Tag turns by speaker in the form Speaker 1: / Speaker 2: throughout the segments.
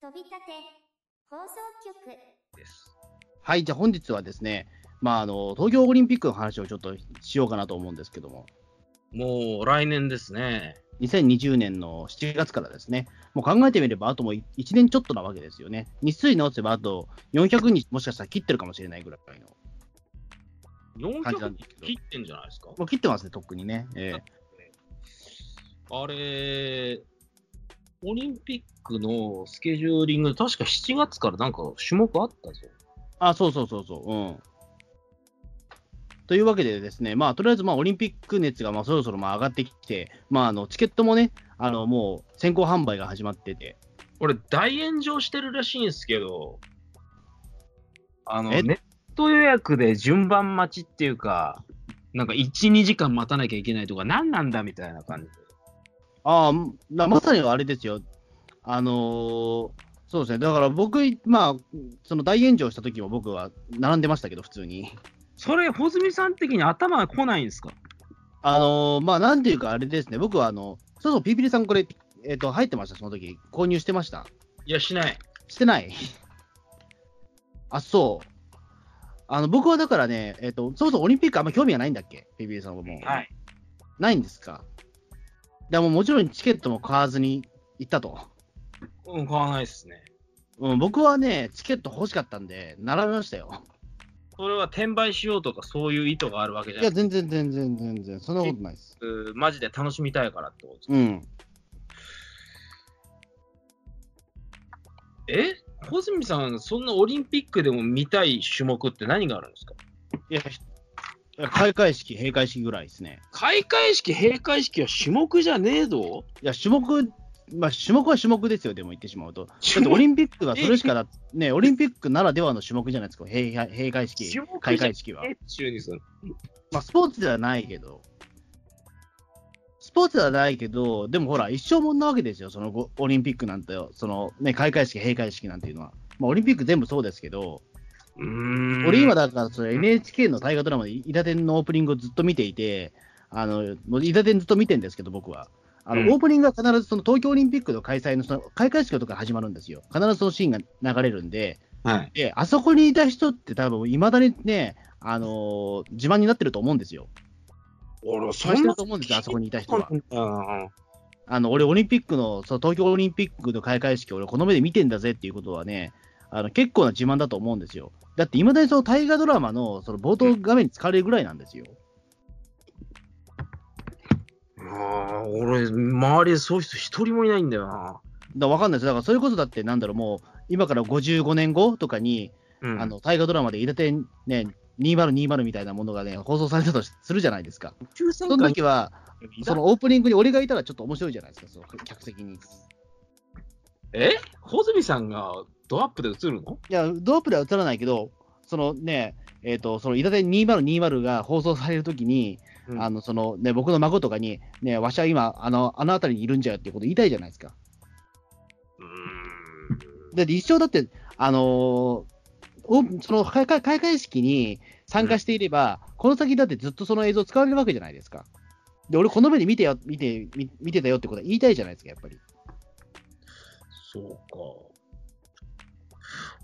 Speaker 1: 飛び立て放送局
Speaker 2: です。はい、じゃあ本日はですね、まあ、あの東京オリンピックの話をちょっとしようかなと思うんですけども、
Speaker 3: もう来年ですね。
Speaker 2: 2020年の7月からですね、もう考えてみれば、あともう1年ちょっとなわけですよね。日数に直せば、あと400日、もしかしたら切ってるかもしれないぐらいの。感じなん
Speaker 3: 400
Speaker 2: ですけど
Speaker 3: 切ってんじゃないですか。
Speaker 2: もう切ってますね、とっくにね。ええ
Speaker 3: あれ、オリンピックのスケジューリング、確か7月からなんか種目あったぞ。
Speaker 2: あ、そうそうそうそう。うん。というわけでですね、まあ、とりあえず、まあ、オリンピック熱が、まあ、そろそろ、まあ、上がってきて、まあ、あの、チケットもね、あの、もう、先行販売が始まってて、
Speaker 3: 俺、大炎上してるらしいんですけど、あの、ネ
Speaker 2: え
Speaker 3: ット予約で順番待ちっていうか、なんか1、2時間待たなきゃいけないとか、何なんだみたいな感じで。
Speaker 2: ああ、なまさにあれですよ。あのーそうですね。だから僕、まあ、その大炎上した時も僕は並んでましたけど、普通に。
Speaker 3: それ、穂積さん的に頭が来ないんですか
Speaker 2: あのーまあ、なんていうかあれですね。僕は、あの、そうそう、ピーピリさんこれ、えっ、と、入ってました、その時。購入してました。
Speaker 3: いや、しない。
Speaker 2: してない あ、そう。あの、僕はだからね、えっ、と、そもそもオリンピックあんま興味がないんだっけピーピリさんはもう。
Speaker 3: はい。
Speaker 2: ないんですかでもうもちろんチケットも買わずに行ったと。
Speaker 3: うん、買わないですね。
Speaker 2: うん、僕はね、チケット欲しかったんで、並びましたよ。
Speaker 3: それは転売しようとかそういう意図があるわけじゃな
Speaker 2: いや、
Speaker 3: く
Speaker 2: 全然、全然、全然、そんなことないです。
Speaker 3: うーマジで楽しみたいからってこと
Speaker 2: うん。
Speaker 3: です。え小泉さん、そんなオリンピックでも見たい種目って何があるんですか
Speaker 2: いや、開会式、閉会式ぐらいですね。
Speaker 3: 開会式、閉会式は種目じゃねえぞ。
Speaker 2: いや、種目、まあ、種目は種目ですよ、でも言ってしまうと。だ
Speaker 3: 種
Speaker 2: ってオ
Speaker 3: 目
Speaker 2: リンピックはそれしかだ、ね、オリンピックならではの種目じゃないですか、閉会閉会式
Speaker 3: 種目じ、ゃ
Speaker 2: 開会式は。
Speaker 3: 中にする。
Speaker 2: まあ、スポーツではないけど、スポーツではないけど、でもほら、一生もんなわけですよ、そのごオリンピックなんて、そのね、開会式、閉会式なんていうのは。まあ、オリンピック全部そうですけど、
Speaker 3: うーん。
Speaker 2: 俺今だからそれ NHK の大河ドラマで伊達天のオープニングをずっと見ていて、あのもう伊達天ずっと見てるんですけど、僕は。あの
Speaker 3: うん
Speaker 2: オープニングは必ずその東京オリンピックの開催のその開会式とか始まるんですよ。必ずそのシーンが流れるんで、
Speaker 3: はい。
Speaker 2: であそこにいた人って多分いまだにね、あのー自慢になってると思うんですよ。
Speaker 3: 俺、
Speaker 2: そしてると思うんですよ、あそこにいた人は。
Speaker 3: は。
Speaker 2: あの俺、オリンピックの、その東京オリンピックの開会式、俺、この目で見てんだぜっていうことはね、あの結構な自慢だと思うんですよ。だって、いまだにその大河ドラマのその冒頭画面に使われるぐらいなんですよ。
Speaker 3: ああ、俺、周りでそういう人一人もいないんだよな。
Speaker 2: だから分かんないですよだからそれこそだって、なんだろう、もう今から55年後とかに、
Speaker 3: うん
Speaker 2: あの大河ドラマで、いだてね、2020みたいなものがね、放送されたとしするじゃないですか。
Speaker 3: 宇宙
Speaker 2: そ
Speaker 3: 戦
Speaker 2: の
Speaker 3: 艦
Speaker 2: 時は、そのオープニングに俺がいたらちょっと面白いじゃないですか、その客席に。い
Speaker 3: え小泉さんがドアップで映るの
Speaker 2: や、ドープでは映らないけど、そのね、えっとそのいだて2020が放送されるときに、
Speaker 3: うん
Speaker 2: あのそのね、僕の孫とかに、ね、わしは今、あのあの辺りにいるんじゃよっていうこと言いたいじゃないですか。
Speaker 3: うーん
Speaker 2: だって一生だって、あのーおその開会開会式に参加していれば、この先だってずっとその映像使われるわけじゃないですか。で、俺、この目で見てよ見て見見てたよってことは言いたいじゃないですか、やっぱり。
Speaker 3: そうか。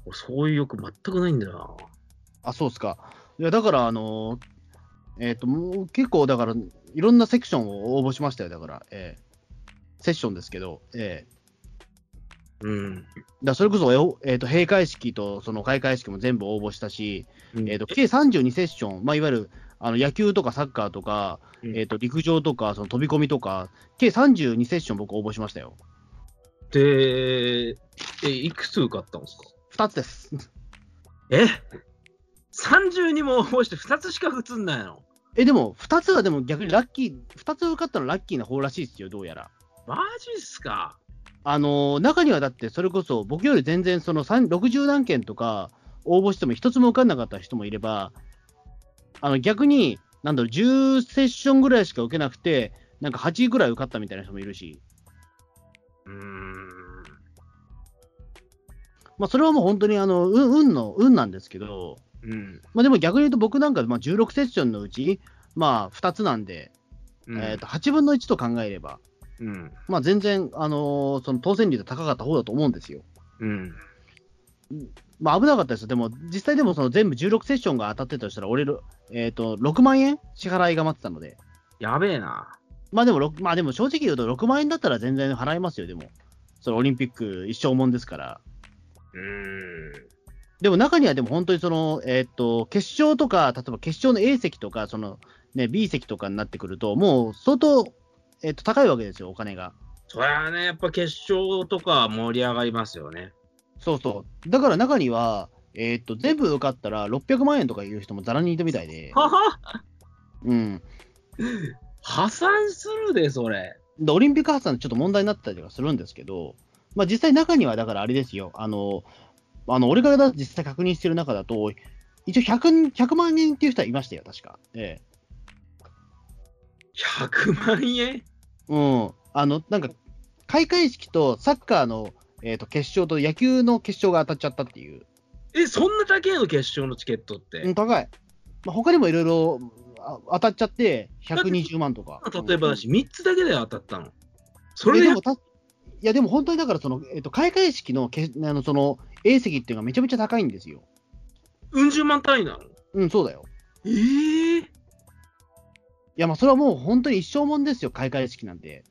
Speaker 3: 俺、そういう欲全くないんだよ
Speaker 2: あ、そうっすか。いや、だから、あのーえっ、と、もう結構、だから、いろんなセクションを応募しましたよ、だから、ええセッションですけど、ええ
Speaker 3: な。うん。
Speaker 2: だからそれこそ、えおえーと閉会式とその開会式も全部応募したし、えー、と
Speaker 3: え
Speaker 2: 計32セッション、まあ、いわゆるあの野球とかサッカーとか、
Speaker 3: うん
Speaker 2: えー、と陸上とかその飛び込みとか、計32セッション僕応募しましたよ。
Speaker 3: で、え、いくつ受かったんですか
Speaker 2: 2つです。
Speaker 3: え ?32 も応募して2つしか映んないの
Speaker 2: え、でも、2つはでも逆にラッキー、2つ受かったのラッキーな方らしいですよ、どうやら。
Speaker 3: マジっすか
Speaker 2: あのー中にはだって、それこそ僕より全然その3 60何件とか応募しても1つも受かんなかった人もいれば、あの逆に、なんだろう、10セッションぐらいしか受けなくて、なんか8ぐらい受かったみたいな人もいるし。
Speaker 3: うーん。
Speaker 2: まあ、それはもう本当にあの運運の運なんですけど、
Speaker 3: うん。
Speaker 2: まあ、でも逆に言うと、僕なんかまあ16セッションのうち、まあ、2つなんで、
Speaker 3: うん
Speaker 2: えー、と8分の1と考えれば、
Speaker 3: うん。
Speaker 2: まあ、全然、あのーその当選率が高かった方だと思うんですよ。
Speaker 3: うん。
Speaker 2: まあ、危なかったですよ、でも実際でもその全部16セッションが当たってたとしたら、俺の、えーと、6万円支払いが待ってたので、
Speaker 3: やべえな。
Speaker 2: まあでもろく、まあ、でも正直言うと、6万円だったら全然払えますよ、でも、それオリンピック一生もんですから、
Speaker 3: うーん。
Speaker 2: でも中にはでも本当にその、えーと決勝とか、例えば決勝の A 席とか、そのね、B 席とかになってくると、もう相当、えーと高いわけですよ、お金が。
Speaker 3: そりゃね、やっぱ決勝とか盛り上がりますよね。
Speaker 2: そうそう、だから中には、えーと全部受かったら600万円とかいう人もざらにいたみたいで、
Speaker 3: はは
Speaker 2: うん、
Speaker 3: 破産するで、それ。
Speaker 2: でオリンピック発散でちょっと問題になったりとかするんですけど、まあ、実際中にはだからあれですよ、あの、あの俺がだ実際確認してる中だと、一応 100, 100万人っていう人はいましたよ、確か。ええ、
Speaker 3: 100万円
Speaker 2: うん。あの、なんか、開会式とサッカーの、えー、と決勝と野球の決勝が当たっちゃったっていう。
Speaker 3: え、そんな高いの決勝のチケットって。
Speaker 2: うん、高い。まあ、他にもいろいろあ当たっちゃって、120万とか。
Speaker 3: 例えばだし、3つだけで当たったの。それ
Speaker 2: い
Speaker 3: で
Speaker 2: やでもたいやでも本当にだからその、えっと開会式のけあのその A 席っていうのがめちゃめちゃ高いんですよ。
Speaker 3: うん十万単位なの
Speaker 2: うん、そうだよ。
Speaker 3: ええ
Speaker 2: いや、まあそれはもう本当に一生もんですよ、開会式なんて。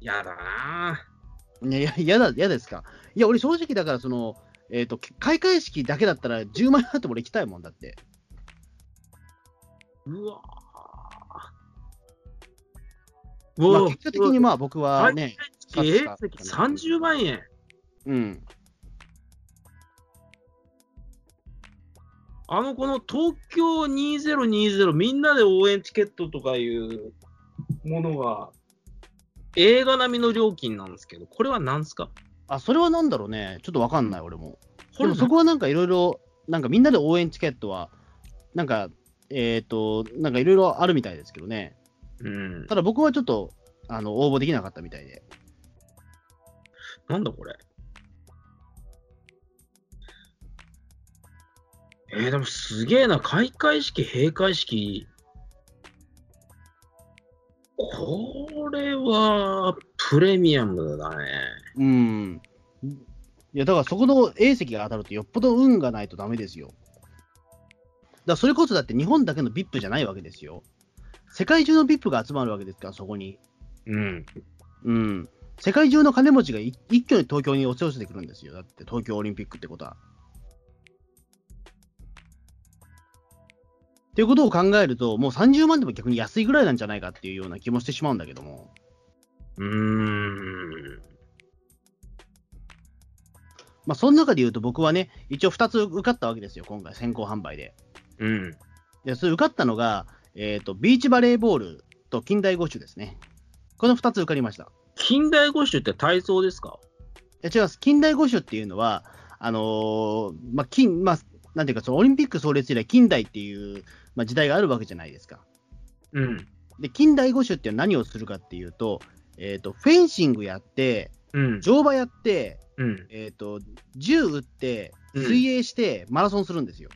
Speaker 3: やだなぁ
Speaker 2: いやいや、嫌だ、嫌ですか。いや、俺正直だから、その、えっ、と、開会式だけだったら10万円あっても俺行きたいもんだって。
Speaker 3: うわぁ。
Speaker 2: まあ
Speaker 3: うわ
Speaker 2: 結果的にまあ僕はね、
Speaker 3: えー、30万円。
Speaker 2: うん。
Speaker 3: あの、この東京2020みんなで応援チケットとかいうものが、映画並みの料金なんですけど、これは何すか
Speaker 2: あ、それはなんだろうね。ちょっとわかんない、俺も。
Speaker 3: こ
Speaker 2: で
Speaker 3: れ
Speaker 2: もそこはなんかいろいろ、なんかみんなで応援チケットは、なんか、えっ、と、なんかいろいろあるみたいですけどね。
Speaker 3: うん。
Speaker 2: ただ僕はちょっと、あの、応募できなかったみたいで。
Speaker 3: なんだこれ。えー、でもすげえな、開会式、閉会式。これはプレミアムだね。
Speaker 2: うん。いや、だからそこの A 席が当たるとよっぽど運がないとダメですよ。だからそれこそだって日本だけの VIP じゃないわけですよ。世界中の VIP が集まるわけですから、そこに。
Speaker 3: うん。
Speaker 2: うん。世界中の金持ちがい一挙に東京に押し寄せてくるんですよ。だって東京オリンピックってことは。っていうことを考えると、もう30万でも逆に安いぐらいなんじゃないかっていうような気もしてしまうんだけども。
Speaker 3: うーん。
Speaker 2: まあ、その中で言うと、僕はね、一応2つ受かったわけですよ、今回、先行販売で。
Speaker 3: うん。
Speaker 2: で、それ受かったのが、えっ、と、ビーチバレーボールと近代五種ですね。この2つ受かりました。
Speaker 3: 近代五種って体操ですか
Speaker 2: いや違います、近代五種っていうのは、あのーまあ、近、まあ、なんていうか、そのオリンピック創立以来、近代っていう、まあ、時代があるわけじゃないですか。
Speaker 3: うん。
Speaker 2: で、近代五種っていうのは何をするかっていうと、えっ、と、フェンシングやって、
Speaker 3: うん。
Speaker 2: 乗馬やって、
Speaker 3: うん。
Speaker 2: えっ、と、銃撃って、
Speaker 3: うん
Speaker 2: 水泳して、マラソンするんですよ。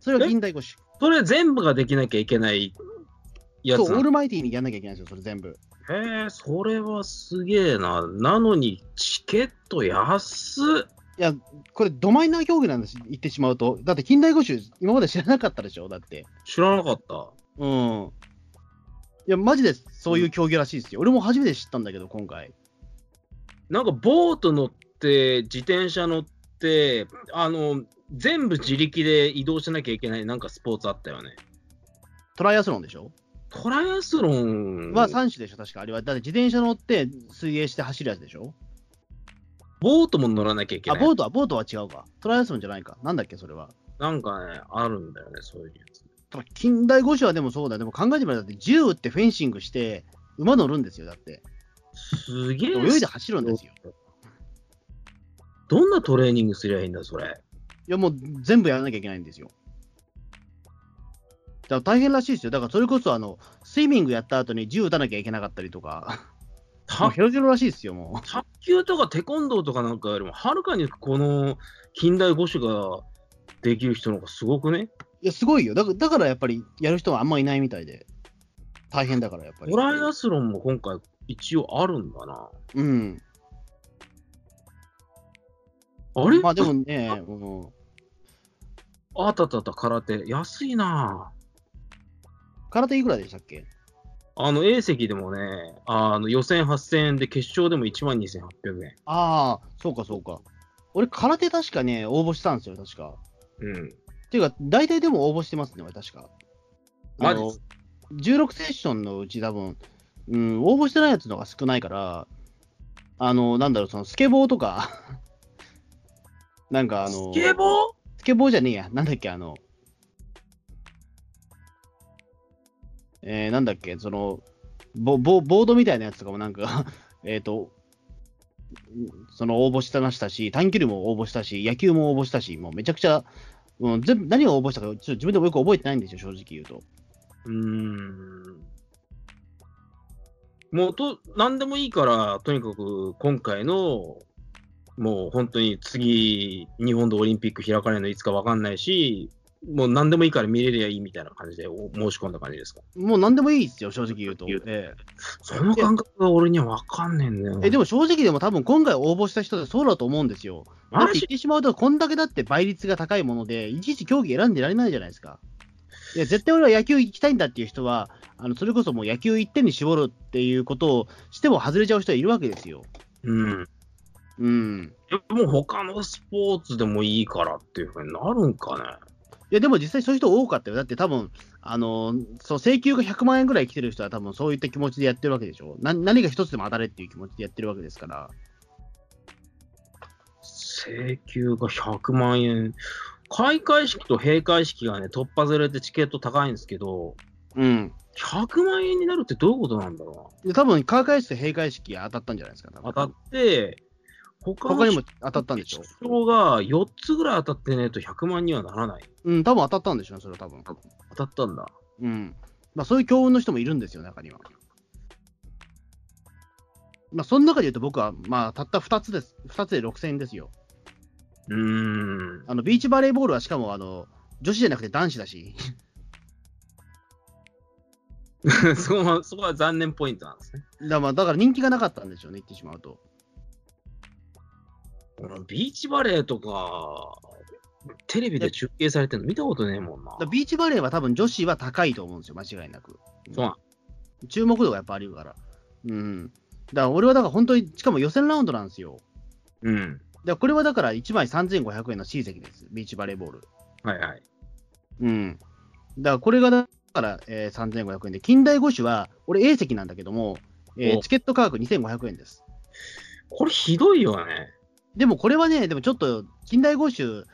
Speaker 2: それが近代五種。
Speaker 3: それ全部ができなきゃいけないやつな
Speaker 2: そう、オ
Speaker 3: の
Speaker 2: ールマイティーにやんなきゃいけないんですよ、それ全部。
Speaker 3: へえ、それはすげえな。なのに、チケット安っ。
Speaker 2: これ、ドマイナー競技なんです、言ってしまうと。だって、近代五種、今まで知らなかったでしょ、だって。
Speaker 3: 知らなかった。
Speaker 2: うん。いや、マジでそういう競技らしいですよ。俺も初めて知ったんだけど、今回。
Speaker 3: なんか、ボート乗って、自転車乗って、あの、全部自力で移動しなきゃいけない、なんかスポーツあったよね。
Speaker 2: トライアスロンでしょ、
Speaker 3: トライアスロン
Speaker 2: は3種でしょ、確か。あれは、だって自転車乗って水泳して走るやつでしょ
Speaker 3: ボートも乗らなきゃいけ
Speaker 2: あ、
Speaker 3: ない
Speaker 2: ボ。ートは、ボートは違うか。トライアスロンじゃないか。なんだっけ、それは。
Speaker 3: なんかね、あるんだよね、そういうやつ。
Speaker 2: ただ近代五種はでもそうだ。でも考えてみれば、だって銃撃ってフェンシングして、馬乗るんですよ、だって。
Speaker 3: すげえ。
Speaker 2: 泳いで走るんですよ。
Speaker 3: どんなトレーニングすりゃいいんだ、それ。
Speaker 2: いや、もう全部やらなきゃいけないんですよ。だから大変らしいですよ。だからそれこそ、あの、スイミングやった後に銃撃たなきゃいけなかったりとか、もう
Speaker 3: た
Speaker 2: ヘロヘロらしいですよ、もう。
Speaker 3: 卓球とかテコンドーとかなんかよりも、はるかにこの近代五種ができる人の方がすごくね。
Speaker 2: いや、すごいよ。だからだからやっぱり、やる人はあんまいないみたいで。大変だから、やっぱり。
Speaker 3: トライアスロンも今回一応あるんだな。
Speaker 2: うん。
Speaker 3: あれ、
Speaker 2: まあでもね、うん
Speaker 3: あったあったあった、空手。安いな。
Speaker 2: 空手いくらでしたっけ
Speaker 3: あの、A 席でもね、あの予選8000円で決勝でも12,800円。
Speaker 2: ああ、そうかそうか。俺、空手確かね、応募したんですよ、確か。
Speaker 3: うん。
Speaker 2: っていうか、大体でも応募してますね、俺確か。
Speaker 3: マ
Speaker 2: あ
Speaker 3: ジっ
Speaker 2: の
Speaker 3: す、
Speaker 2: 16セッションのうち多分、うん、応募してないやつのが少ないから、あの、なんだろう、そのスケボーとか、 なんかあの、
Speaker 3: スケボー
Speaker 2: スケボーじゃねえや。なんだっけ、あの、えー、なんだっけ、その、ボボボードみたいなやつとかもなんか、 えっと、その応募してましたし、短距離も応募したし、野球も応募したし、もうめちゃくちゃ、うん、全部何が応募したか、ちょっと自分でもよく覚えてないんですよ、正直言うと。
Speaker 3: うーん。もうと、なんでもいいから、とにかく今回の、もう本当に次、日本でオリンピック開かれるのいつか分かんないし、もう何でもいいから見れりゃいいみたいな感じでお申し込んだ感じですか。
Speaker 2: もう何でもいいですよ、正直言うと。
Speaker 3: 言う
Speaker 2: え
Speaker 3: その感覚が俺には分かんねえんだよ。
Speaker 2: ええで
Speaker 3: も、
Speaker 2: も正直でも多分今回応募した人ってそうだと思うんですよ。だっ
Speaker 3: マ
Speaker 2: て言っ
Speaker 3: ジ
Speaker 2: てしまうと、こんだけだって倍率が高いもので、いちいち競技選んでられないじゃないですか。いや、絶対俺は野球行きたいんだっていう人は、あのそれこそもう野球一点に絞るっていうことをしても外れちゃう人はいるわけですよ。
Speaker 3: うん。
Speaker 2: うん。
Speaker 3: でも他のスポーツでもいいからっていうふうになるんかね。
Speaker 2: いや、でも実際そういう人多かったよ。だって多分、あの、そう、請求が100万円ぐらい来てる人は多分そういった気持ちでやってるわけでしょ。な何か一つでも当たれっていう気持ちでやってるわけですから。
Speaker 3: 請求が100万円。開会式と閉会式がね、突破ずれてチケット高いんですけど、
Speaker 2: うん。
Speaker 3: 100万円になるってどういうことなんだろ
Speaker 2: で多分、開会式と閉会式当たったんじゃないですか。多
Speaker 3: うな。
Speaker 2: 分
Speaker 3: 当たって、他
Speaker 2: 他にも当たったんでしょ。
Speaker 3: 出場が4つぐらい当たってねえと100万にはならない。
Speaker 2: うん、多分当たったんでしょうね、それは多分。
Speaker 3: 当たったんだ。
Speaker 2: うん。まあ、そういう強運の人もいるんですよ、中には。まあ、その中で言うと、僕は、まあ、たった2つです。2つで6000円ですよ。
Speaker 3: うーん。
Speaker 2: あの、ビーチバレーボールはしかも、あの、女子じゃなくて男子だし。
Speaker 3: そこは、そこは残念ポイントなんですね。
Speaker 2: だからまあだから人気がなかったんでしょうね、言ってしまうと。
Speaker 3: このビーチバレーとか、テレビで中継されてるの見たことねえもんな
Speaker 2: だか。らビーチバレーは多分女子は高いと思うんですよ、間違いなく。
Speaker 3: そうなん
Speaker 2: 注目度がやっぱあるから。うん。だから俺はだから本当に、しかも予選ラウンドなんですよ。
Speaker 3: うん。
Speaker 2: だからこれはだから1枚3500円の C 席です、ビーチバレーボール。
Speaker 3: はいはい。
Speaker 2: うん。だからこれがだから、えー、3500円で、近代五種は、俺 A 席なんだけども、えー
Speaker 3: お
Speaker 2: チケット価格2500円です。
Speaker 3: これひどいよね。
Speaker 2: でもこれはね、でもちょっと近代五種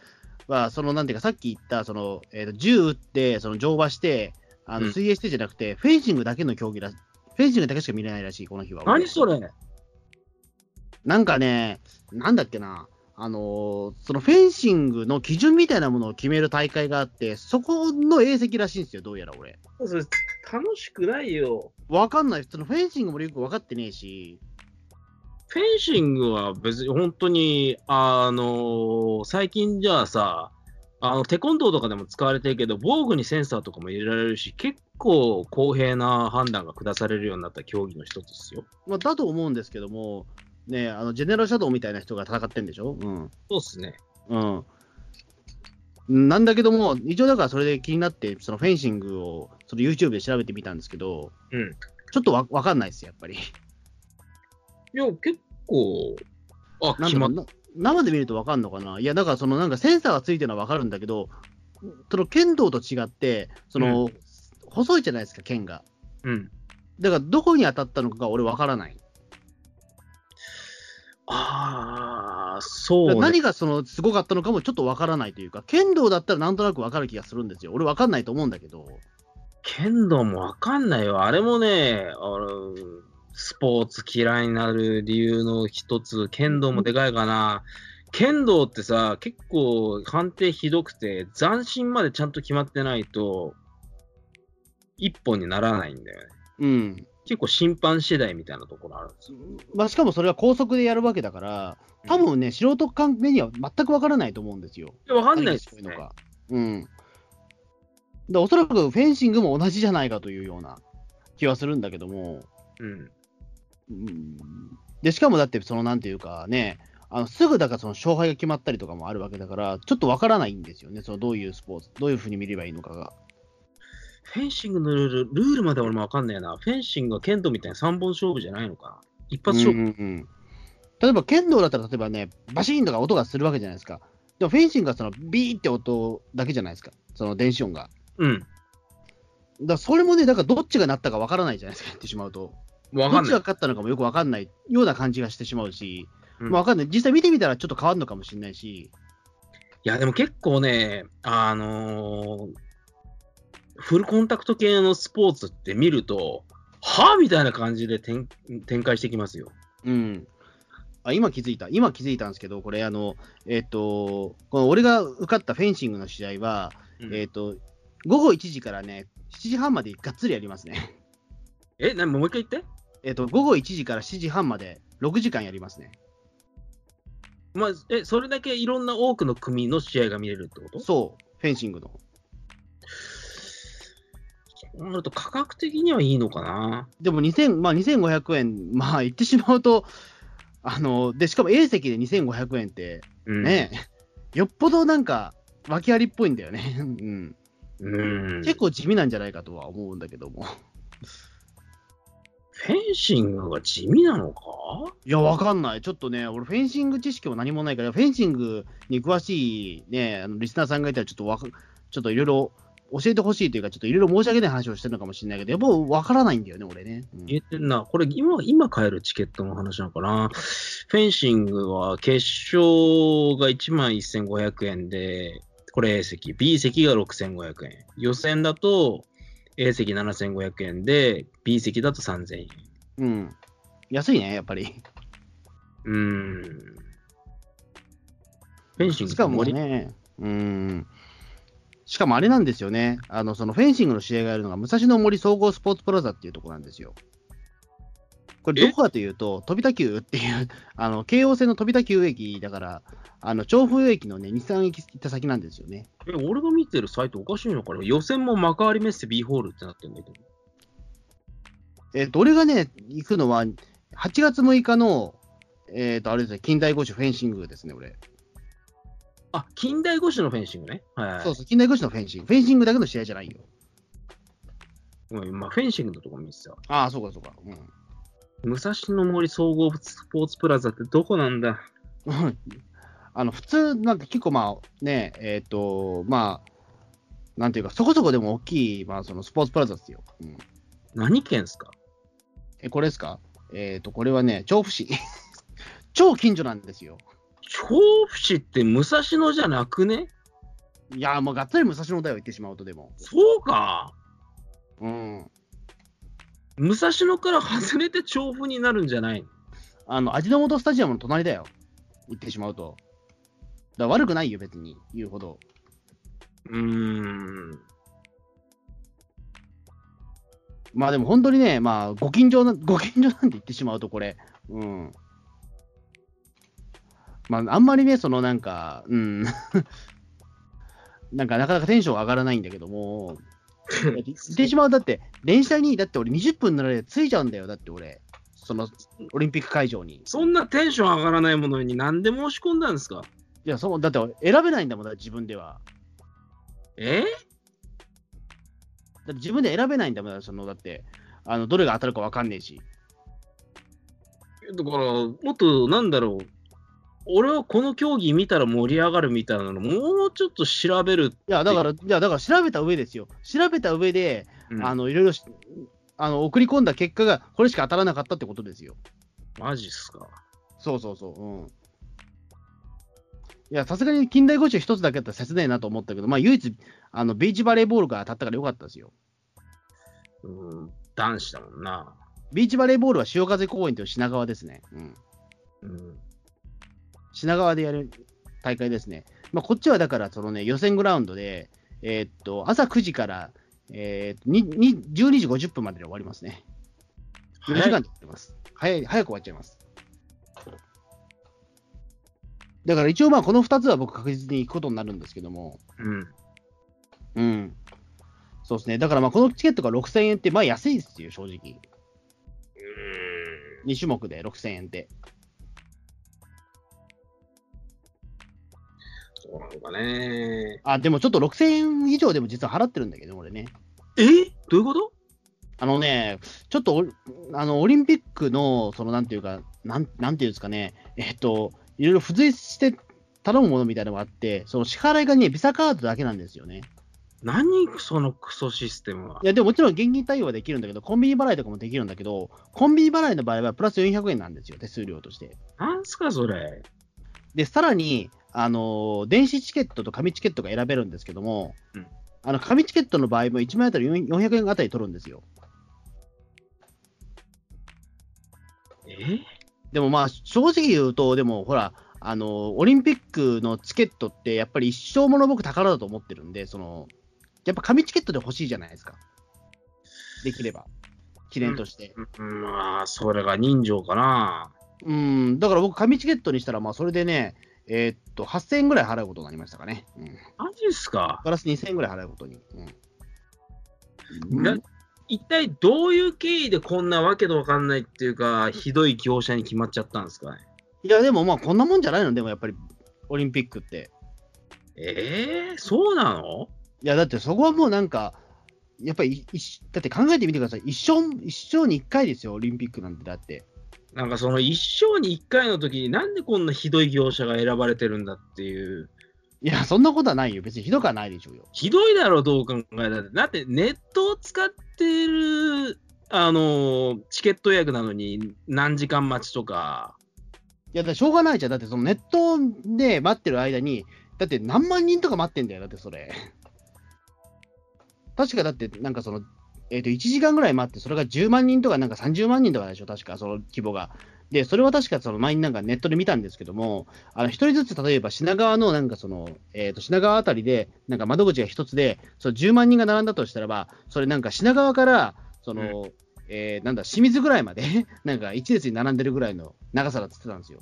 Speaker 2: は、そのなんていうか、さっき言った、その、えーと銃撃って、その乗馬して、あ
Speaker 3: う
Speaker 2: の
Speaker 3: ん
Speaker 2: 水泳してじゃなくて、フェンシングだけの競技ら、フェンシングだけしか見れないらしい、この日は。
Speaker 3: 何それ
Speaker 2: なんかね、なんだっけな、あのーそのフェンシングの基準みたいなものを決める大会があって、そこの A 席らしいんですよ、どうやら俺。
Speaker 3: それ楽しくないよ。
Speaker 2: わかんない、そのフェンシングもよく分かってねえし、
Speaker 3: フェンシングは別に本当に、あの最近じゃあさ、あのテコンドーとかでも使われてるけど、防具にセンサーとかも入れられるし、結構公平な判断が下されるようになった競技の一つですよ。
Speaker 2: まあ、だと思うんですけども、ね、あのジェネラルシャドウみたいな人が戦ってんでしょ、うん
Speaker 3: そうっすね。
Speaker 2: うん、なんだけども、一応だからそれで気になって、そのフェンシングをその YouTube で調べてみたんですけど、
Speaker 3: うん
Speaker 2: ちょっとわ分かんないです、やっぱり。
Speaker 3: いや、結構、あ、
Speaker 2: なん
Speaker 3: 決
Speaker 2: だろ
Speaker 3: ま
Speaker 2: う
Speaker 3: っ
Speaker 2: な生で見ると分かんのかないや、だからそのなんかセンサーがついてるのは分かるんだけど、その剣道と違って、その、細いじゃないですか、剣が。
Speaker 3: うん。
Speaker 2: だからどこに当たったのかが俺分からない。
Speaker 3: ああ、そう、ね。
Speaker 2: 何がそのすごかったのかもちょっとわからないというか、剣道だったらなんとなくわかる気がするんですよ。俺わかんないと思うんだけど。
Speaker 3: 剣道もわかんないよ。あれもね、あのスポーツ嫌いになる理由の一つ、剣道もでかいかな。剣道ってさ、結構判定ひどくて、斬新までちゃんと決まってないと、一本にならないんだよね。
Speaker 2: うん。
Speaker 3: 結構審判次第みたいなところあるんですよ。
Speaker 2: まあ、しかもそれは高速でやるわけだから、多分ね、素人感目には全くわからないと思うんですよ。
Speaker 3: 分わかんないです
Speaker 2: 何
Speaker 3: よ
Speaker 2: が
Speaker 3: ね
Speaker 2: すごいの。か。うん。でおそらくフェンシングも同じじゃないかというような気はするんだけども、
Speaker 3: うん。
Speaker 2: うんで、しかもだって、そのなんていうかね、あのすぐだからその勝敗が決まったりとかもあるわけだから、ちょっとわからないんですよね、そのどういうスポーツ、どういうふうに見ればいいのかが。
Speaker 3: フェンシングのルール、ルールまで俺もわかんねえな。フェンシングは剣道みたいな3本勝負じゃないのかな。一発勝
Speaker 2: うん
Speaker 3: 負。
Speaker 2: うんうん例えば剣道だったら、例えばね、バシーンとか音がするわけじゃないですか。でもフェンシングはそのビーって音だけじゃないですか、その電子音が。
Speaker 3: うん。
Speaker 2: だからそれもね、だからどっちがなったかわからないじゃないですか、言ってしまうと。
Speaker 3: わ、
Speaker 2: ど
Speaker 3: か
Speaker 2: っ
Speaker 3: ん
Speaker 2: ち
Speaker 3: な
Speaker 2: が
Speaker 3: い。
Speaker 2: 勝ったのかもよくわかんないような感じがしてしまうし、
Speaker 3: うん
Speaker 2: まあわかんない。実際見てみたらちょっと変わるのかもしれないし。
Speaker 3: いや、でも結構ね、あのーフルコンタクト系のスポーツって見ると、はぁみたいな感じで展展開してきますよ。
Speaker 2: うん。あ今気づいた、今気づいたんですけど、これ、あの、えっ、と、この俺が受かったフェンシングの試合は、えっ、と、午後1時からね、7時半までがっつりやりますね。
Speaker 3: え、なにもう一回言って
Speaker 2: えっと、午後1時から7時半まで6時間やりますね。
Speaker 3: まあ、え、それだけいろんな多くの組の試合が見れるってこと
Speaker 2: そう、フェンシングの。
Speaker 3: そうなると価格的にはいいのかな
Speaker 2: でも2000、まあ、2500円、まあ、言ってしまうと、あの、で、しかも A 席で2500円って、
Speaker 3: うん
Speaker 2: ね、よっぽどなんか、訳ありっぽいんだよね。 うん。
Speaker 3: うん。
Speaker 2: 結構地味なんじゃないかとは思うんだけども。
Speaker 3: フェンシングが地味なのか
Speaker 2: いや、わかんない。ちょっとね、俺、フェンシング知識も何もないから、フェンシングに詳しいね、あのリスナーさんがいたら、ちょっとわか、ちょっといろいろ教えてほしいというか、ちょっといろいろ申し訳ない話をしてるのかもしれないけど、やっぱわからないんだよね、俺ね。うん
Speaker 3: 言えてんな。これ今、今買えるチケットの話なのかなフェンシングは決勝が1万1500円で、これ A 席、B 席が6500円。予選だと A 席7500円で、B 席だと3000円。
Speaker 2: うん。安いね、やっぱり。
Speaker 3: うーん。フェンシング
Speaker 2: しかも
Speaker 3: 盛り
Speaker 2: ね、うん。しかもあれなんですよね、あの、そのフェンシングの試合がやるのが、武蔵野森総合スポーツプラザっていうところなんですよ。これ、
Speaker 3: え
Speaker 2: どこかというと、飛田急っていう、 あの、京王線の飛田急駅だから、あの、調布駅のね、日産駅行った先なんですよね。
Speaker 3: え俺が見てるサイトおかしいのかな予選も幕張メッセ B ホールってなってんだけど。
Speaker 2: えっ、と、俺がね、行くのは、8月6日の、えっ、と、あれですね、近代五種フェンシングですね、俺。
Speaker 3: あ、近代五種のフェンシングね。はい。
Speaker 2: そうそう、近代五種のフェンシング。フェンシングだけの試合じゃないよ。
Speaker 3: うんまあ、フェンシングのとこ見てた。
Speaker 2: ああ、そうか、そうか。うん。
Speaker 3: 武蔵野森総合スポーツプラザってどこなんだ
Speaker 2: うん あの普通、なんか結構まあね、えっ、と、まあ、なんていうか、そこそこでも大きい、まあ、そのスポーツプラザですよ。うん
Speaker 3: 何県ですか
Speaker 2: え、これですかえっ、と、これはね、調布市。 超近所なんですよ。
Speaker 3: 調布市って武蔵野じゃなくね
Speaker 2: いやー、もうがっつり武蔵野台を言ってしまうと、でも。
Speaker 3: そうか
Speaker 2: うん。
Speaker 3: 武蔵野から外れて調布になるんじゃないの
Speaker 2: あの、味の素スタジアムの隣だよ。言ってしまうと。だから悪くないよ、別に。言うほど。
Speaker 3: うーん。
Speaker 2: まあでも本当にね、まあ、ご近所な、ご近所なんて言ってしまうと、これ、うん。まあ、あんまりね、そのなんか、うん。 なんか、なかなかテンション上がらないんだけども、だって言ってしまう、だって、電車に、だって俺20分乗られて着いちゃうんだよ、だって俺、その、オリンピック会場に。い
Speaker 3: そんなテンション上がらないものに何で申し込んだんですか
Speaker 2: や、そう、だって俺選べないんだもん、だって自分では。
Speaker 3: え
Speaker 2: だって自分で選べないんだもん、だってその、だって、あの、どれが当たるかわかんねえし。
Speaker 3: だから、もっとなんだろう。俺はこの競技見たら盛り上がるみたいなの、もうちょっと調べる。
Speaker 2: いや、だから、いや、だから調べた上ですよ。調べた上で、あ
Speaker 3: あ
Speaker 2: のいろいろしあの送り込んだ結果が、これしか当たらなかったってことですよ。
Speaker 3: マジっすか。
Speaker 2: そうそうそう。うん、いや、さすがに近代五種一つだけだったら切ないなと思ったけど、まあ、唯一あの、ビーチバレーボールが当たったからよかったですよ。
Speaker 3: うん、男子だもんな。
Speaker 2: ビーチバレーボールは潮風公園という品川ですね。うん、
Speaker 3: うん。
Speaker 2: 品川でやる大会ですね。まあ、こっちはだから、そのね、予選グラウンドで、えーっと、朝9時から、えーっとにに12時50分までで終わりますね。4時間で終わります。早い、早く終わっちゃいます。だから一応まあこの2つは僕確実に行くことになるんですけども、
Speaker 3: うん。
Speaker 2: うん。そうですね。だからまあこのチケットが6000円ってまあ安いですよ、正直。
Speaker 3: うーん
Speaker 2: 2種目で6000円って。
Speaker 3: そうなのかね。
Speaker 2: あ、でもちょっと6000円以上でも実は払ってるんだけど、俺ね。
Speaker 3: えどういうこと
Speaker 2: あのね、ちょっとオリあのオリンピックの、そのなんていうか、なんなんていうんですかね、えっと、いろいろ付随して頼むものみたいなのがあって、その支払いがね、ビザカードだけなんですよね。。
Speaker 3: 何そのクソシステムはい
Speaker 2: や、でももちろん現金対応はできるんだけど、コンビニ払いとかもできるんだけど、コンビニ払いの場合はプラス400円なんですよ、手数料として。
Speaker 3: なんすかそれ。
Speaker 2: で、さらに、あのー電子チケットと紙チケットが選べるんですけども、
Speaker 3: うん
Speaker 2: あの紙チケットの場合も1枚あたり400円あたり取るんですよ。
Speaker 3: え
Speaker 2: でもまあ、正直言うと、でもほら、あのーオリンピックのチケットって、やっぱり一生もの僕、宝だと思ってるんで、そのやっぱ紙チケットで欲しいじゃないですか、できれば、記念として。
Speaker 3: うんまあ、それが人情かな。
Speaker 2: うん、だから僕、紙チケットにしたら、まあ、それでね、えーっと、8000円ぐらい払うことになりましたかね。うん、
Speaker 3: マジっすか
Speaker 2: プラス2000円ぐらい払うことに。うん、
Speaker 3: な一体どういう経緯でこんなわけのわかんないっていうか、ひどい業者に決まっちゃったんですかね。
Speaker 2: いや、でもまあ、こんなもんじゃないの、でもやっぱり、オリンピックって。
Speaker 3: ええそうなの
Speaker 2: いや、だってそこはもうなんか、やっぱりい、一だって考えてみてください。一生、一生に一回ですよ、オリンピックなんて、だって。
Speaker 3: なんかその一生に一回の時になんでこんなひどい業者が選ばれてるんだっていう。
Speaker 2: いや、そんなことはないよ。別にひどくはないでしょうよ。
Speaker 3: ひどいだろ、どう考えたって。だってネットを使ってる、あのーチケット予約なのに何時間待ちとか。
Speaker 2: いや、だってしょうがないじゃん。だって、そのネットで待ってる間に、だって何万人とか待ってんだよ、だってそれ。 確かだって、なんかその、えっ、と、1時間ぐらい待って、それが10万人とか、なんか30万人とかでしょ、確か、その規模が。で、それは確か、その前になんかネットで見たんですけども、あの、一人ずつ、例えば品川の、なんかその、えっ、と、品川あたりで、なんか窓口が一つで、その10万人が並んだとしたらば、それなんか品川から、その、えーなんだ、清水ぐらいまで、 なんか一列に並んでるぐらいの長さだって言ってたんですよ。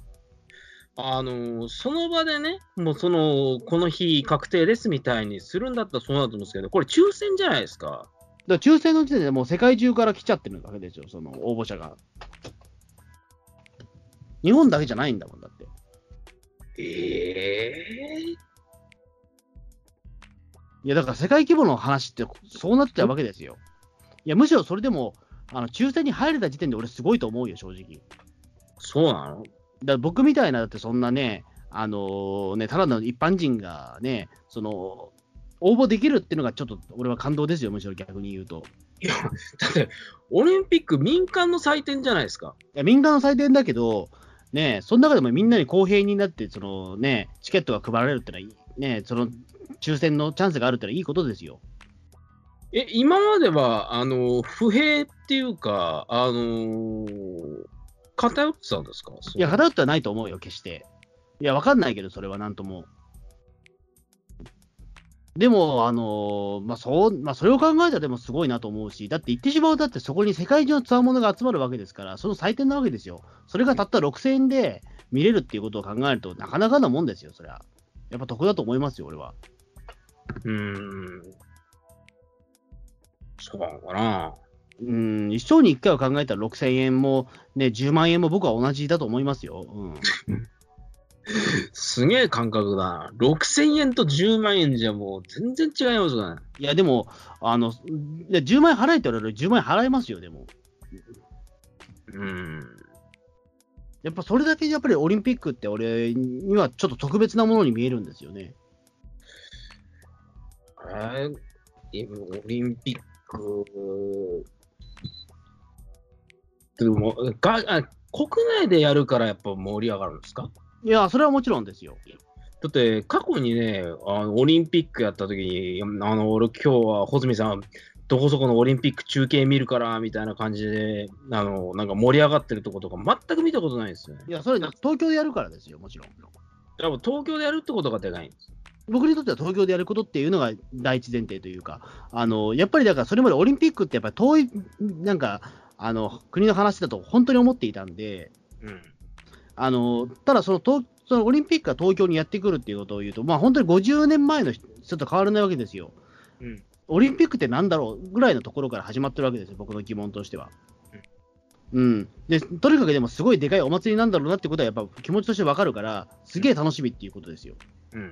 Speaker 3: あのーその場でね、もうその、この日確定ですみたいにするんだったらそうなると思うんですけど、これ抽選じゃないですか。
Speaker 2: だから抽選の時点でもう世界中から来ちゃってるわけですよ、その応募者が。日本だけじゃないんだもんだって。
Speaker 3: ええ
Speaker 2: いや、だから世界規模の話ってそうなっちゃうわけですよ。いや、むしろそれでも、あの抽選に入れた時点で俺すごいと思うよ、正直。だか
Speaker 3: そうなの
Speaker 2: ら僕みたいな、だってそんなね、あのーね、ただの一般人がね、その、応募できるっていうのがちょっと俺は感動ですよ、むしろ逆に言うと。
Speaker 3: だって、オリンピック民間の祭典じゃないですか。
Speaker 2: いや民間の祭典だけど、ねえ、その中でもみんなに公平になって、そのね、チケットが配られるってのはいい、ねえ、その抽選のチャンスがあるってのはいいことですよ。
Speaker 3: え、今までは、あの、不平っていうか、あのー偏ってたんですか
Speaker 2: いや、偏ってはないと思うよ、決して。いや、わかんないけど、それはなんとも。でも、あのまあそうまあ、それを考えたらでもすごいなと思うし、だって言ってしまうとだってそこに世界中のつわものが集まるわけですから、その祭典なわけですよ。それがたった6000円で見れるっていうことを考えると、なかなかなもんですよ、そりゃ。やっぱ得だと思いますよ、俺は。
Speaker 3: うーん。そうなのかな。
Speaker 2: うん、一生に一回を考えたら6000円も、ね、10万円も僕は同じだと思いますよ。うん、
Speaker 3: すげえ感覚だな。6000円と10万円じゃもう全然違いますよね。
Speaker 2: いや、でも、あの、いや10万円払えって言われる10万円払いますよ、でも。
Speaker 3: うん。
Speaker 2: やっぱそれだけやっぱりオリンピックって俺にはちょっと特別なものに見えるんですよね。
Speaker 3: えー今オリンピック。でもがあ、国内でやるからやっぱ盛り上がるんですか
Speaker 2: いや、それはもちろんですよ。
Speaker 3: だって過去にね、あのオリンピックやった時に、あの俺、今日は穂積さん、どこそこのオリンピック中継見るからみたいな感じで、あのなんか盛り上がってるとことか、全く見たことないですよね。
Speaker 2: いや、それ東京でやるからですよ、もちろん。
Speaker 3: 多分東京でやるってことがでかいんです。
Speaker 2: 僕にとっては東京でやることっていうのが第一前提というか、あのやっぱりだから、それまでオリンピックってやっぱり遠い、なんか、あの国の話だと本当に思っていたんで、
Speaker 3: うん、
Speaker 2: あのただその東、そのオリンピックが東京にやってくるっていうことを言うと、まあ、本当に50年前の人人と変わらないわけですよ。
Speaker 3: うん
Speaker 2: オリンピックってなんだろうぐらいのところから始まってるわけですよ、僕の疑問としては
Speaker 3: うん。
Speaker 2: うん、でとにかくでもすごいでかいお祭りなんだろうなってことはやっぱ気持ちとしてわかるからすげえ楽しみっていうことですよ
Speaker 3: うん。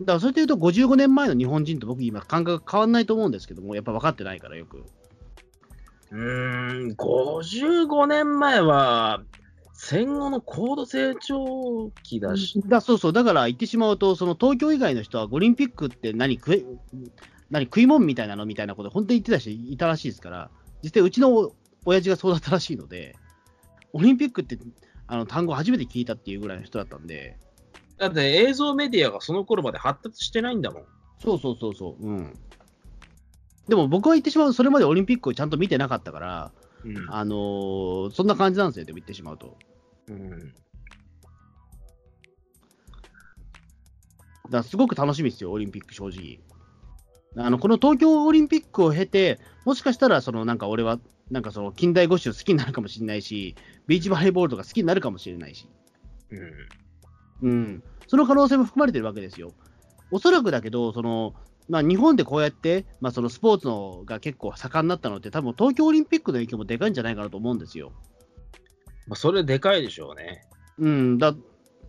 Speaker 2: だからそれでいうと55年前の日本人と僕今感覚変わんないと思うんですけどもやっぱ分かってないからよく
Speaker 3: うーん、55年前は、戦後の高度成長期だし、
Speaker 2: だそうそうだから言ってしまうとその東京以外の人はオリンピックって何食え何食い物みたいなのみたいなこと本当に言ってた人いたらしいですから実際うちのお親父がそうだったらしいのでオリンピックってあの単語初めて聞いたっていうぐらいの人だったんで
Speaker 3: だって映像メディアがその頃まで発達してないんだもん。
Speaker 2: そうそうそうそう、うん。でも僕は言ってしまうと、それまでオリンピックをちゃんと見てなかったから、
Speaker 3: う
Speaker 2: あのーそんな感じなんですよ、でも言ってしまうと。
Speaker 3: ん。
Speaker 2: だからすごく楽しみですよ、オリンピック、正直。あのこの東京オリンピックを経て、もしかしたら、そのなんか俺は、なんかその近代五種好きになるかもしれないし、ビーチバレーボールとか好きになるかもしれないし、
Speaker 3: うん。
Speaker 2: うん、その可能性も含まれてるわけですよ。おそらくだけど、そのまあ、日本でこうやって、まあ、そのスポーツのが結構盛んになったのって、多分東京オリンピックの影響もでかいんじゃないかなと思うんですよ。
Speaker 3: まあ、それでかいでしょうね。
Speaker 2: うん、だ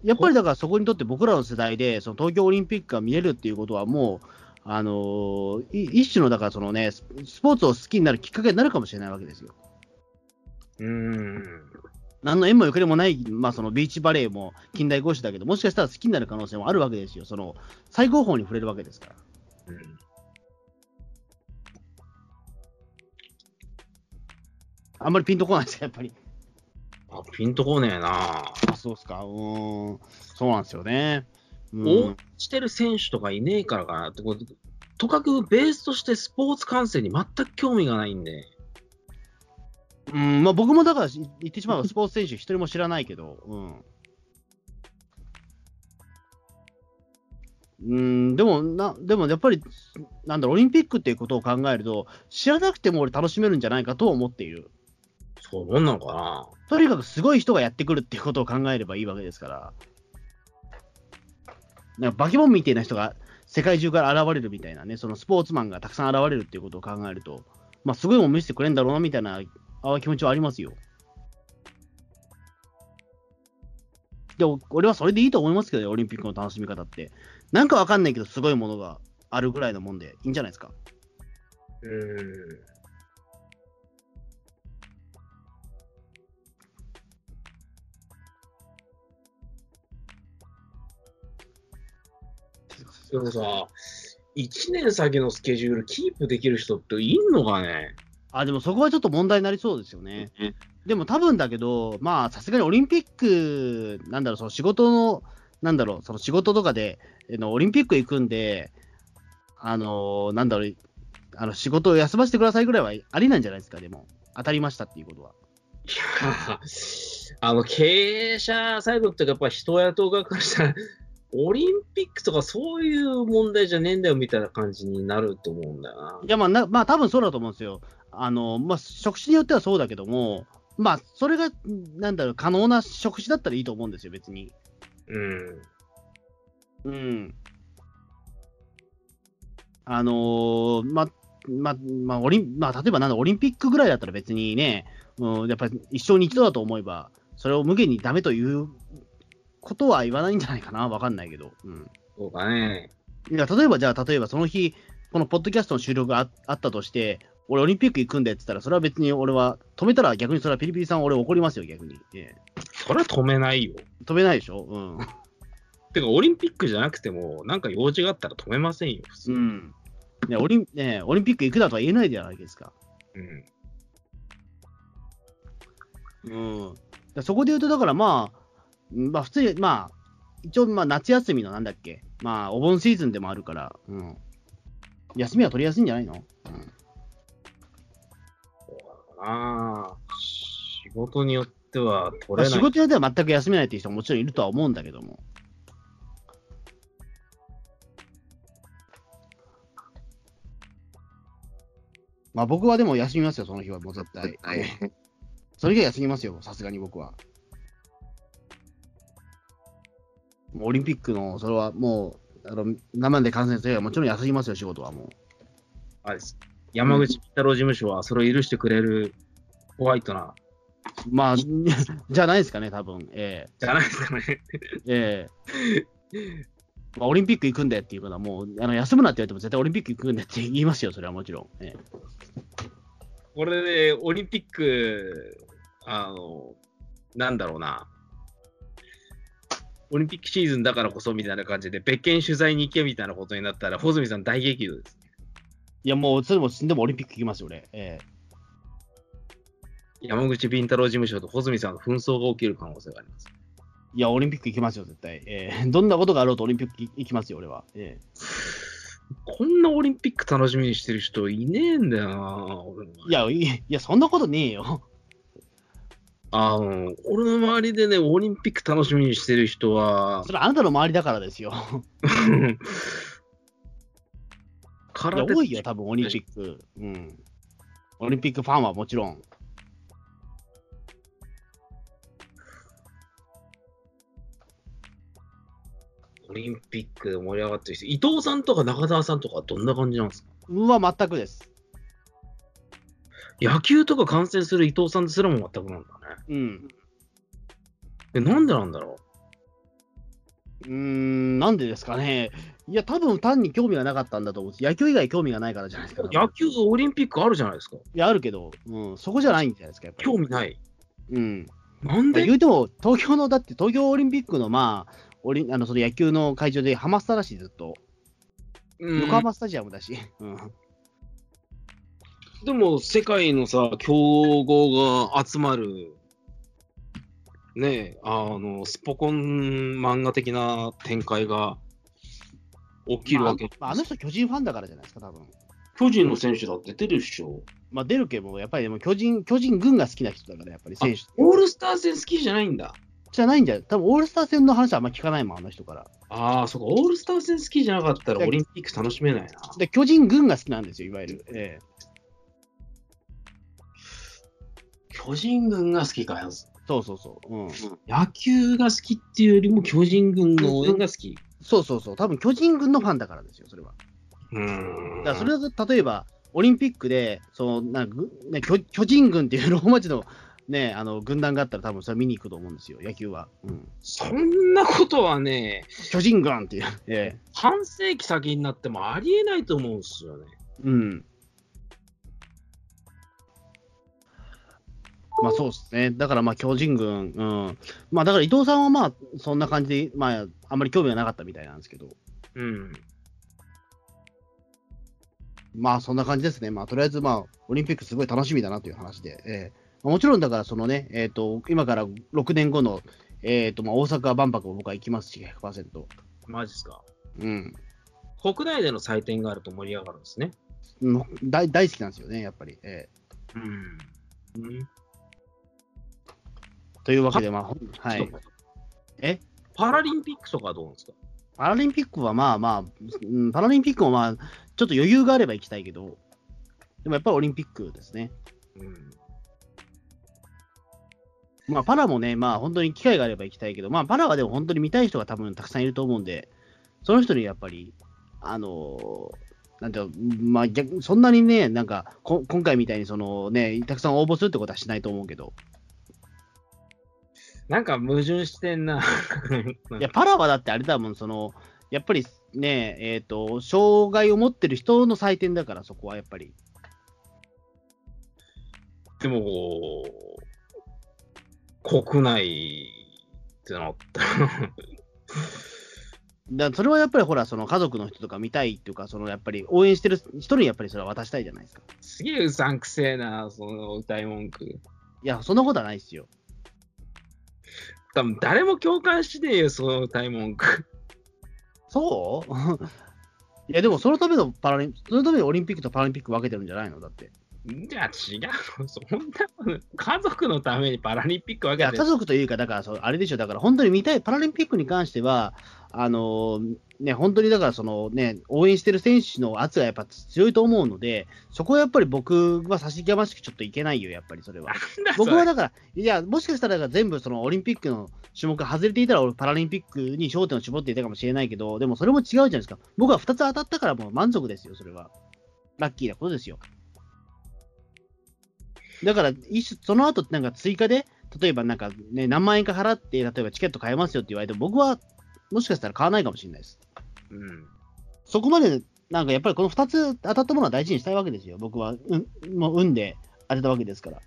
Speaker 2: やっぱりだからそこにとって僕らの世代で、その東京オリンピックが見れるっていうことは、もう、あのーい一種のだからその、ね、ススポーツを好きになるきっかけになるかもしれないわけですよ。
Speaker 3: うん。
Speaker 2: 何の縁もゆかりもない、まあ、そのビーチバレーも近代五種だけど、もしかしたら好きになる可能性もあるわけですよ、その最高峰に触れるわけですから。
Speaker 3: うん
Speaker 2: あんまりピンとこないですよ、やっぱり。
Speaker 3: あピンとこねえな。
Speaker 2: あ、そうですか。うーん。そうなんですよね。うん
Speaker 3: 応援してる選手とかいねえからかなってこと。とかくベースとしてスポーツ観戦に全く興味がないんで。
Speaker 2: うんまあ、僕もだからし言ってしまえばスポーツ選手一人も知らないけど、うん。うん、でもな、でもやっぱり、なんだろう、オリンピックっていうことを考えると、知らなくても俺楽しめるんじゃないかとは思っている。
Speaker 3: そう思んなのかな。
Speaker 2: とにかくすごい人がやってくるっていうことを考えればいいわけですから。なんかバケモンみたいな人が世界中から現れるみたいなね、そのスポーツマンがたくさん現れるっていうことを考えると、まあ、すごいもん見せてくれんだろうなみたいなあ気持ちはありますよ。で、お俺はそれでいいと思いますけどね、オリンピックの楽しみ方って。なんかわかんないけど、すごいものがあるぐらいのもんでいいんじゃないですか。
Speaker 3: うん。でもさ、1年先のスケジュールキープできる人っていんのかね
Speaker 2: あ、でもそこはちょっと問題になりそうですよね。でも多分だけど、まあさすがにオリンピック、なんだろう、その仕事の、なんだろう、その仕事とかで、えのオリンピック行くんで、あのーなんだろう、あの仕事を休ませてくださいぐらいはありなんじゃないですか、でも、当たりましたっていうことは。
Speaker 3: いやー あの経営者サイドっていうか、やっぱ人雇う側からしたら、オリンピックとかそういう問題じゃねえんだよみたいな感じになると思うんだよな。
Speaker 2: いや、まあ、なまあ、多分そうだと思うんですよ。あのまあ、職種によってはそうだけども、まあ、それが、なんだろう、可能な職種だったらいいと思うんですよ、別に。
Speaker 3: うん。
Speaker 2: うん。あのーま、ま、まあ、オリン、まあ、例えばなんだ、オリンピックぐらいだったら別にね、うん、やっぱり一生に一度だと思えば、それを無限にダメということは言わないんじゃないかな、わかんないけど。うん。
Speaker 3: そうかね。
Speaker 2: いや、例えば、じゃあ、例えばその日、このポッドキャストの収録がああったとして、俺オリンピック行くんでって言ったら、それは別に俺は、止めたら逆にそれはピリピリさん俺怒りますよ、逆に。ええ
Speaker 3: それは止めないよ。
Speaker 2: 止めないでしょうん。
Speaker 3: てか、オリンピックじゃなくても、なんか用事があったら止めませんよ、普通。
Speaker 2: うん。ね、オリン、ね、オリンピック行くだとは言えないじゃないですか。
Speaker 3: うん
Speaker 2: うん、だそこで言うと、だからまあ、うんまあ、普通に、まあ、一応、まあ、夏休みのなんだっけ、まあ、お盆シーズンでもあるから、うん、休みは取りやすいんじゃないの、うん、
Speaker 3: ああ、仕事によっては取
Speaker 2: まあ
Speaker 3: れない。
Speaker 2: 仕事によっては全く休めないっていう人ももちろんいるとは思うんだけども。まあ僕はでも休みますよ、その日はもう絶対。 その日は休みますよ、さすがに僕は。もうオリンピックの、それはもう、あの生で観戦すればもちろん休みますよ、仕事はもう。
Speaker 3: あれです山口太郎事務所はそれを許してくれるホワイトな
Speaker 2: まあ、 じゃないですかね、多分え
Speaker 3: じゃないですかね。
Speaker 2: えええまあ、オリンピック行くんでっていう方は、もうあの休むなって言われても、絶対オリンピック行くんでって言いますよ、それはもちろん。ええ
Speaker 3: これで、オリンピック、あの、なんだろうな。オリンピックシーズンだからこそみたいな感じで、別件取材に行けみたいなことになったら、穂積さん大激怒です。
Speaker 2: いや、もう、それでも死んでもオリンピック行きますよ、俺。ええ
Speaker 3: 山口敏太郎事務所と穂積さんの紛争が起きる可能性があります。
Speaker 2: いや、オリンピック行きますよ、絶対。ええどんなことがあろうとオリンピック行きますよ、俺は。ええ
Speaker 3: こんなオリンピック楽しみにしてる人いねえんだよな、俺の周り
Speaker 2: いや、いいや、そんなことねえよ。
Speaker 3: あの、俺の周りでね、オリンピック楽しみにしてる人 は
Speaker 2: そ、れはあなたの周りだからですよ。いや
Speaker 3: 空手
Speaker 2: 多いよ、多分オリンピック。うん。オリンピックファンはもちろん。
Speaker 3: オリンピックで盛り上がってる人、伊藤さんとか中澤さんとかどんな感じなんですか
Speaker 2: うわ、全くです。
Speaker 3: 野球とか観戦する伊藤さんですらも全くなんだね。
Speaker 2: うん。
Speaker 3: え、なんでなんだろ
Speaker 2: うーん、なんでですかね。いや、多分単に興味がなかったんだと思うんです。野球以外興味がないからじゃないですか
Speaker 3: う。野球、オリンピックあるじゃないですか。
Speaker 2: いや、あるけど、うん、そこじゃないんじゃないですか、やっぱり。
Speaker 3: 興味ない。
Speaker 2: うん。
Speaker 3: なんで
Speaker 2: 言うても、東京の、だって東京オリンピックの、まあ、オリンあのその野球の会場でハマスタらしい、ずっと。
Speaker 3: うん
Speaker 2: 横浜スタジアムだし。うん。
Speaker 3: でも、世界のさ、強豪が集まる、ねえ、あの、スポコン漫画的な展開が起きるわけ。
Speaker 2: まあ、あの人、巨人ファンだからじゃないですか、多分
Speaker 3: 巨人の選手だって出るっしょ。
Speaker 2: まあ、出るけど、やっぱりでも巨人、巨人軍が好きな人だから、やっぱり選手。
Speaker 3: オールスター戦好きじゃないんだ。
Speaker 2: じゃないんじゃない多分オールスター戦の話はあんま聞かないもん、あの人から。
Speaker 3: ああ、そうか、オールスター戦好きじゃなかったらオリンピック楽しめないな。
Speaker 2: で、巨人軍が好きなんですよ、いわゆる。ええ
Speaker 3: 巨人軍が好きかよ。
Speaker 2: そうそうそう。うん。
Speaker 3: 野球が好きっていうよりも巨人軍の応援が好き。
Speaker 2: そうそうそう。多分巨人軍のファンだからですよ、それは。
Speaker 3: うーん。
Speaker 2: だからそれは例えば、オリンピックで、そのなんかぐね、巨巨人軍っていうローマ字の,、 ね、あの軍団があったら、多分それ見に行くと思うんですよ、野球は。うん、
Speaker 3: そんなことはね、
Speaker 2: 巨人軍っていう。 ええ
Speaker 3: 半世紀先になってもありえないと思うんですよね。
Speaker 2: うん。まあそうですね。だからまあ巨人軍、うん。まあだから伊藤さんはまあそんな感じで、まああんまり興味がなかったみたいなんですけど、
Speaker 3: うん。
Speaker 2: まあそんな感じですね。まあとりあえずまあオリンピックすごい楽しみだなという話で。ええまあもちろんだからそのね、えっ、と、今から6年後の、えっ、と、まあ大阪万博も僕は行きますし、100%。
Speaker 3: マジっすか。
Speaker 2: うん。
Speaker 3: 国内での祭典があると盛り上がるんですね。
Speaker 2: もう大大好きなんですよね、やっぱり。え
Speaker 3: うん。うん、
Speaker 2: えというわけで、まあ、ほんは
Speaker 3: ちょっ
Speaker 2: い
Speaker 3: と。
Speaker 2: え
Speaker 3: パラリンピックとかはどうなんですか
Speaker 2: パラリンピックはまあまあ、うん、パラリンピックもまあ、ちょっと余裕があれば行きたいけど、でもやっぱりオリンピックですね。
Speaker 3: うん。
Speaker 2: まあ、パラもね、まあ本当に機会があれば行きたいけど、まあパラはでも本当に見たい人が多分たくさんいると思うんで、その人にやっぱり、あのーなんていうのまあ逆、そんなにね、なんかこ、今回みたいにそのね、たくさん応募するってことはしないと思うけど、
Speaker 3: なんか矛盾してんな。
Speaker 2: いや、パラはだってあれだもん、その、やっぱりね、えっ、と、障害を持ってる人の祭典だから、そこはやっぱり。
Speaker 3: でもこう、国内ってなった ら
Speaker 2: だからそれはやっぱりほら、その家族の人とか見たいっていうか、そのやっぱり応援してる人にやっぱりそれは渡したいじゃないですか。
Speaker 3: すげえうさんくせえな、その歌い文句。
Speaker 2: いや、そんなことはないですよ。
Speaker 3: 多分誰も共感しねえよ、その歌い文句。
Speaker 2: そう いや、でもそのためのパラリン、そのためにオリンピックとパラリンピック分けてるんじゃないのだって。
Speaker 3: じゃあ違うの、そんなこと家族のためにパラリンピックわ
Speaker 2: い
Speaker 3: け
Speaker 2: や、
Speaker 3: で
Speaker 2: 家族というか、だからそう、あれでしょ、だから本当に見たい、パラリンピックに関しては、あのーね、本当にだから、そのね、応援してる選手の圧がやっぱ強いと思うので、そこはやっぱり僕は差しがましくちょっといけないよ、やっぱりそれは
Speaker 3: な。ん だそ
Speaker 2: 僕は
Speaker 3: れ。
Speaker 2: だから、いや、もしかしたら全部そのオリンピックの種目外れていたら、俺、パラリンピックに焦点を絞っていたかもしれないけど、でもそれも違うじゃないですか。僕は2つ当たったからもう満足ですよ、それは。ラッキーなことですよ。だから、一種、その後なんか追加で、例えばなんかね、何万円か払って、例えばチケット買えますよって言われても、僕はもしかしたら買わないかもしれないです。
Speaker 3: うん。
Speaker 2: そこまで、なんかやっぱりこの2つ当たったものは大事にしたいわけですよ。僕は、うん、もう運で当てたわけですから。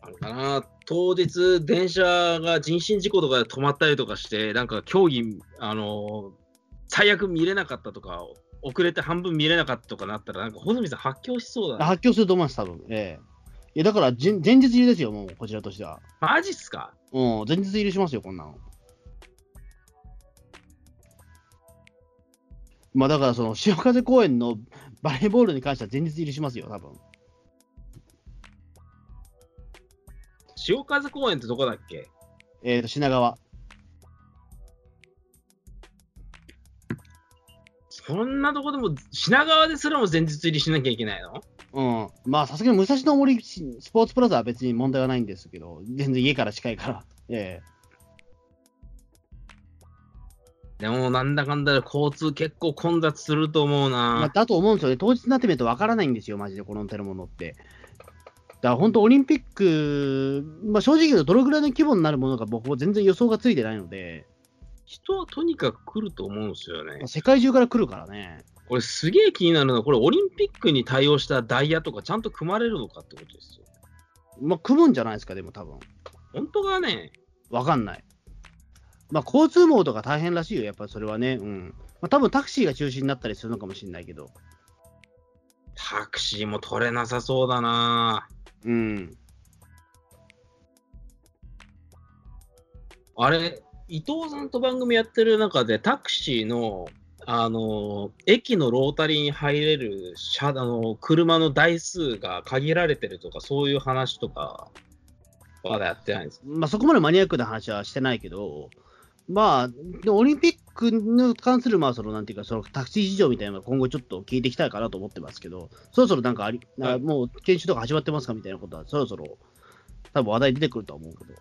Speaker 3: あのかな当日、電車が人身事故とかで止まったりとかして、なんか競技、あの最悪見れなかったとか、遅れて半分見れなかったとかなったら、なんか穂積さん発狂しそうだな。
Speaker 2: 発狂すると思います、多分。ええいや、だからじん前日入りですよ、もう、こちらとしては。
Speaker 3: マジっすか
Speaker 2: うん、前日入りしますよ、こんなの。まあだから、その潮風公園のバレーボールに関しては前日入りしますよ、多分
Speaker 3: 潮風公園ってどこだっけ
Speaker 2: えっ、と、品川。
Speaker 3: そんなとこでも、品川ですらも前日入りしなきゃいけないの
Speaker 2: うん。まあ、さすがに武蔵野森しスポーツプラザは別に問題はないんですけど、全然家から近いから。え
Speaker 3: でも、なんだかんだで交通結構混雑すると思う
Speaker 2: えまあ、
Speaker 3: な。
Speaker 2: だと思うんですよね。当日になってみるとわからないんですよ、マジで、この手のものって。だから本当、オリンピック、まあ、正直言うと、どのぐらいの規模になるものか、僕は全然予想がついてないので、
Speaker 3: 人はとにかく来ると思うんですよね
Speaker 2: まあ。世界中から来るからね。
Speaker 3: これすげえ気になるのは、これオリンピックに対応したダイヤとかちゃんと組まれるのかってことですよ。
Speaker 2: まあ、組むんじゃないですか、でも多分。
Speaker 3: 本当がね、
Speaker 2: わかんない。まあ、交通網とか大変らしいよ、やっぱりそれはね。うん。まあ、多分タクシーが中心になったりするのかもしれないけど。
Speaker 3: タクシーも取れなさそうだな
Speaker 2: うん。
Speaker 3: あれ、伊藤さんと番組やってる中で、タクシーの、あのー駅のロータリーに入れる車、あのー車の台数が限られてるとか、そういう話とか、まだやってないんですか
Speaker 2: まあ、そこまでマニアックな話はしてないけど、まあ、でもオリンピックに関する、まあ、その、なんていうか、そのタクシー事情みたいなのが今後ちょっと聞いていきたいかなと思ってますけど、そろそろなんかあり、
Speaker 3: は
Speaker 2: あ
Speaker 3: い
Speaker 2: もう研修とか始まってますかみたいなことは、そろそろ、多分話題出てくるとは思うけど。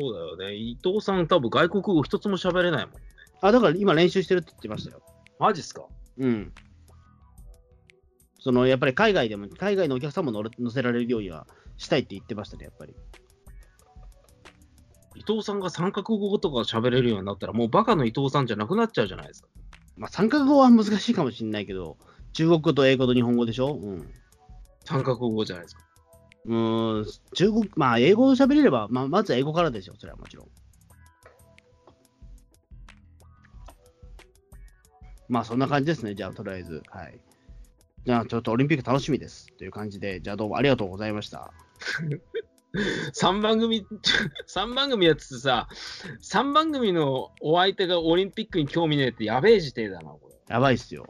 Speaker 3: そうだよね。伊藤さん、多分外国語一つも喋れないもん。
Speaker 2: あ、だから今練習してるって言ってましたよ。
Speaker 3: マジっすか
Speaker 2: うん。そのやっぱり海外でも、海外のお客さんも乗れ乗せられるようにはしたいって言ってましたね、やっぱり。
Speaker 3: 伊藤さんが三角語とか喋れるようになったら、もうバカの伊藤さんじゃなくなっちゃうじゃないですか。
Speaker 2: まあ、三角語は難しいかもしれないけど、中国語と英語と日本語でしょうん。
Speaker 3: 三角語じゃないですか。
Speaker 2: うーん、中国、まあ、英語を喋れれば、まあ、まずは英語からでしょ、それはもちろん。まあ、そんな感じですね、じゃあ、とりあえず。はい。じゃあ、ちょっとオリンピック楽しみです。という感じで、じゃあ、どうもありがとうございました。
Speaker 3: 3番組、 三番組やっててさ、3番組のお相手がオリンピックに興味ねえってやべえ時点だな、これ。
Speaker 2: やばいっすよ。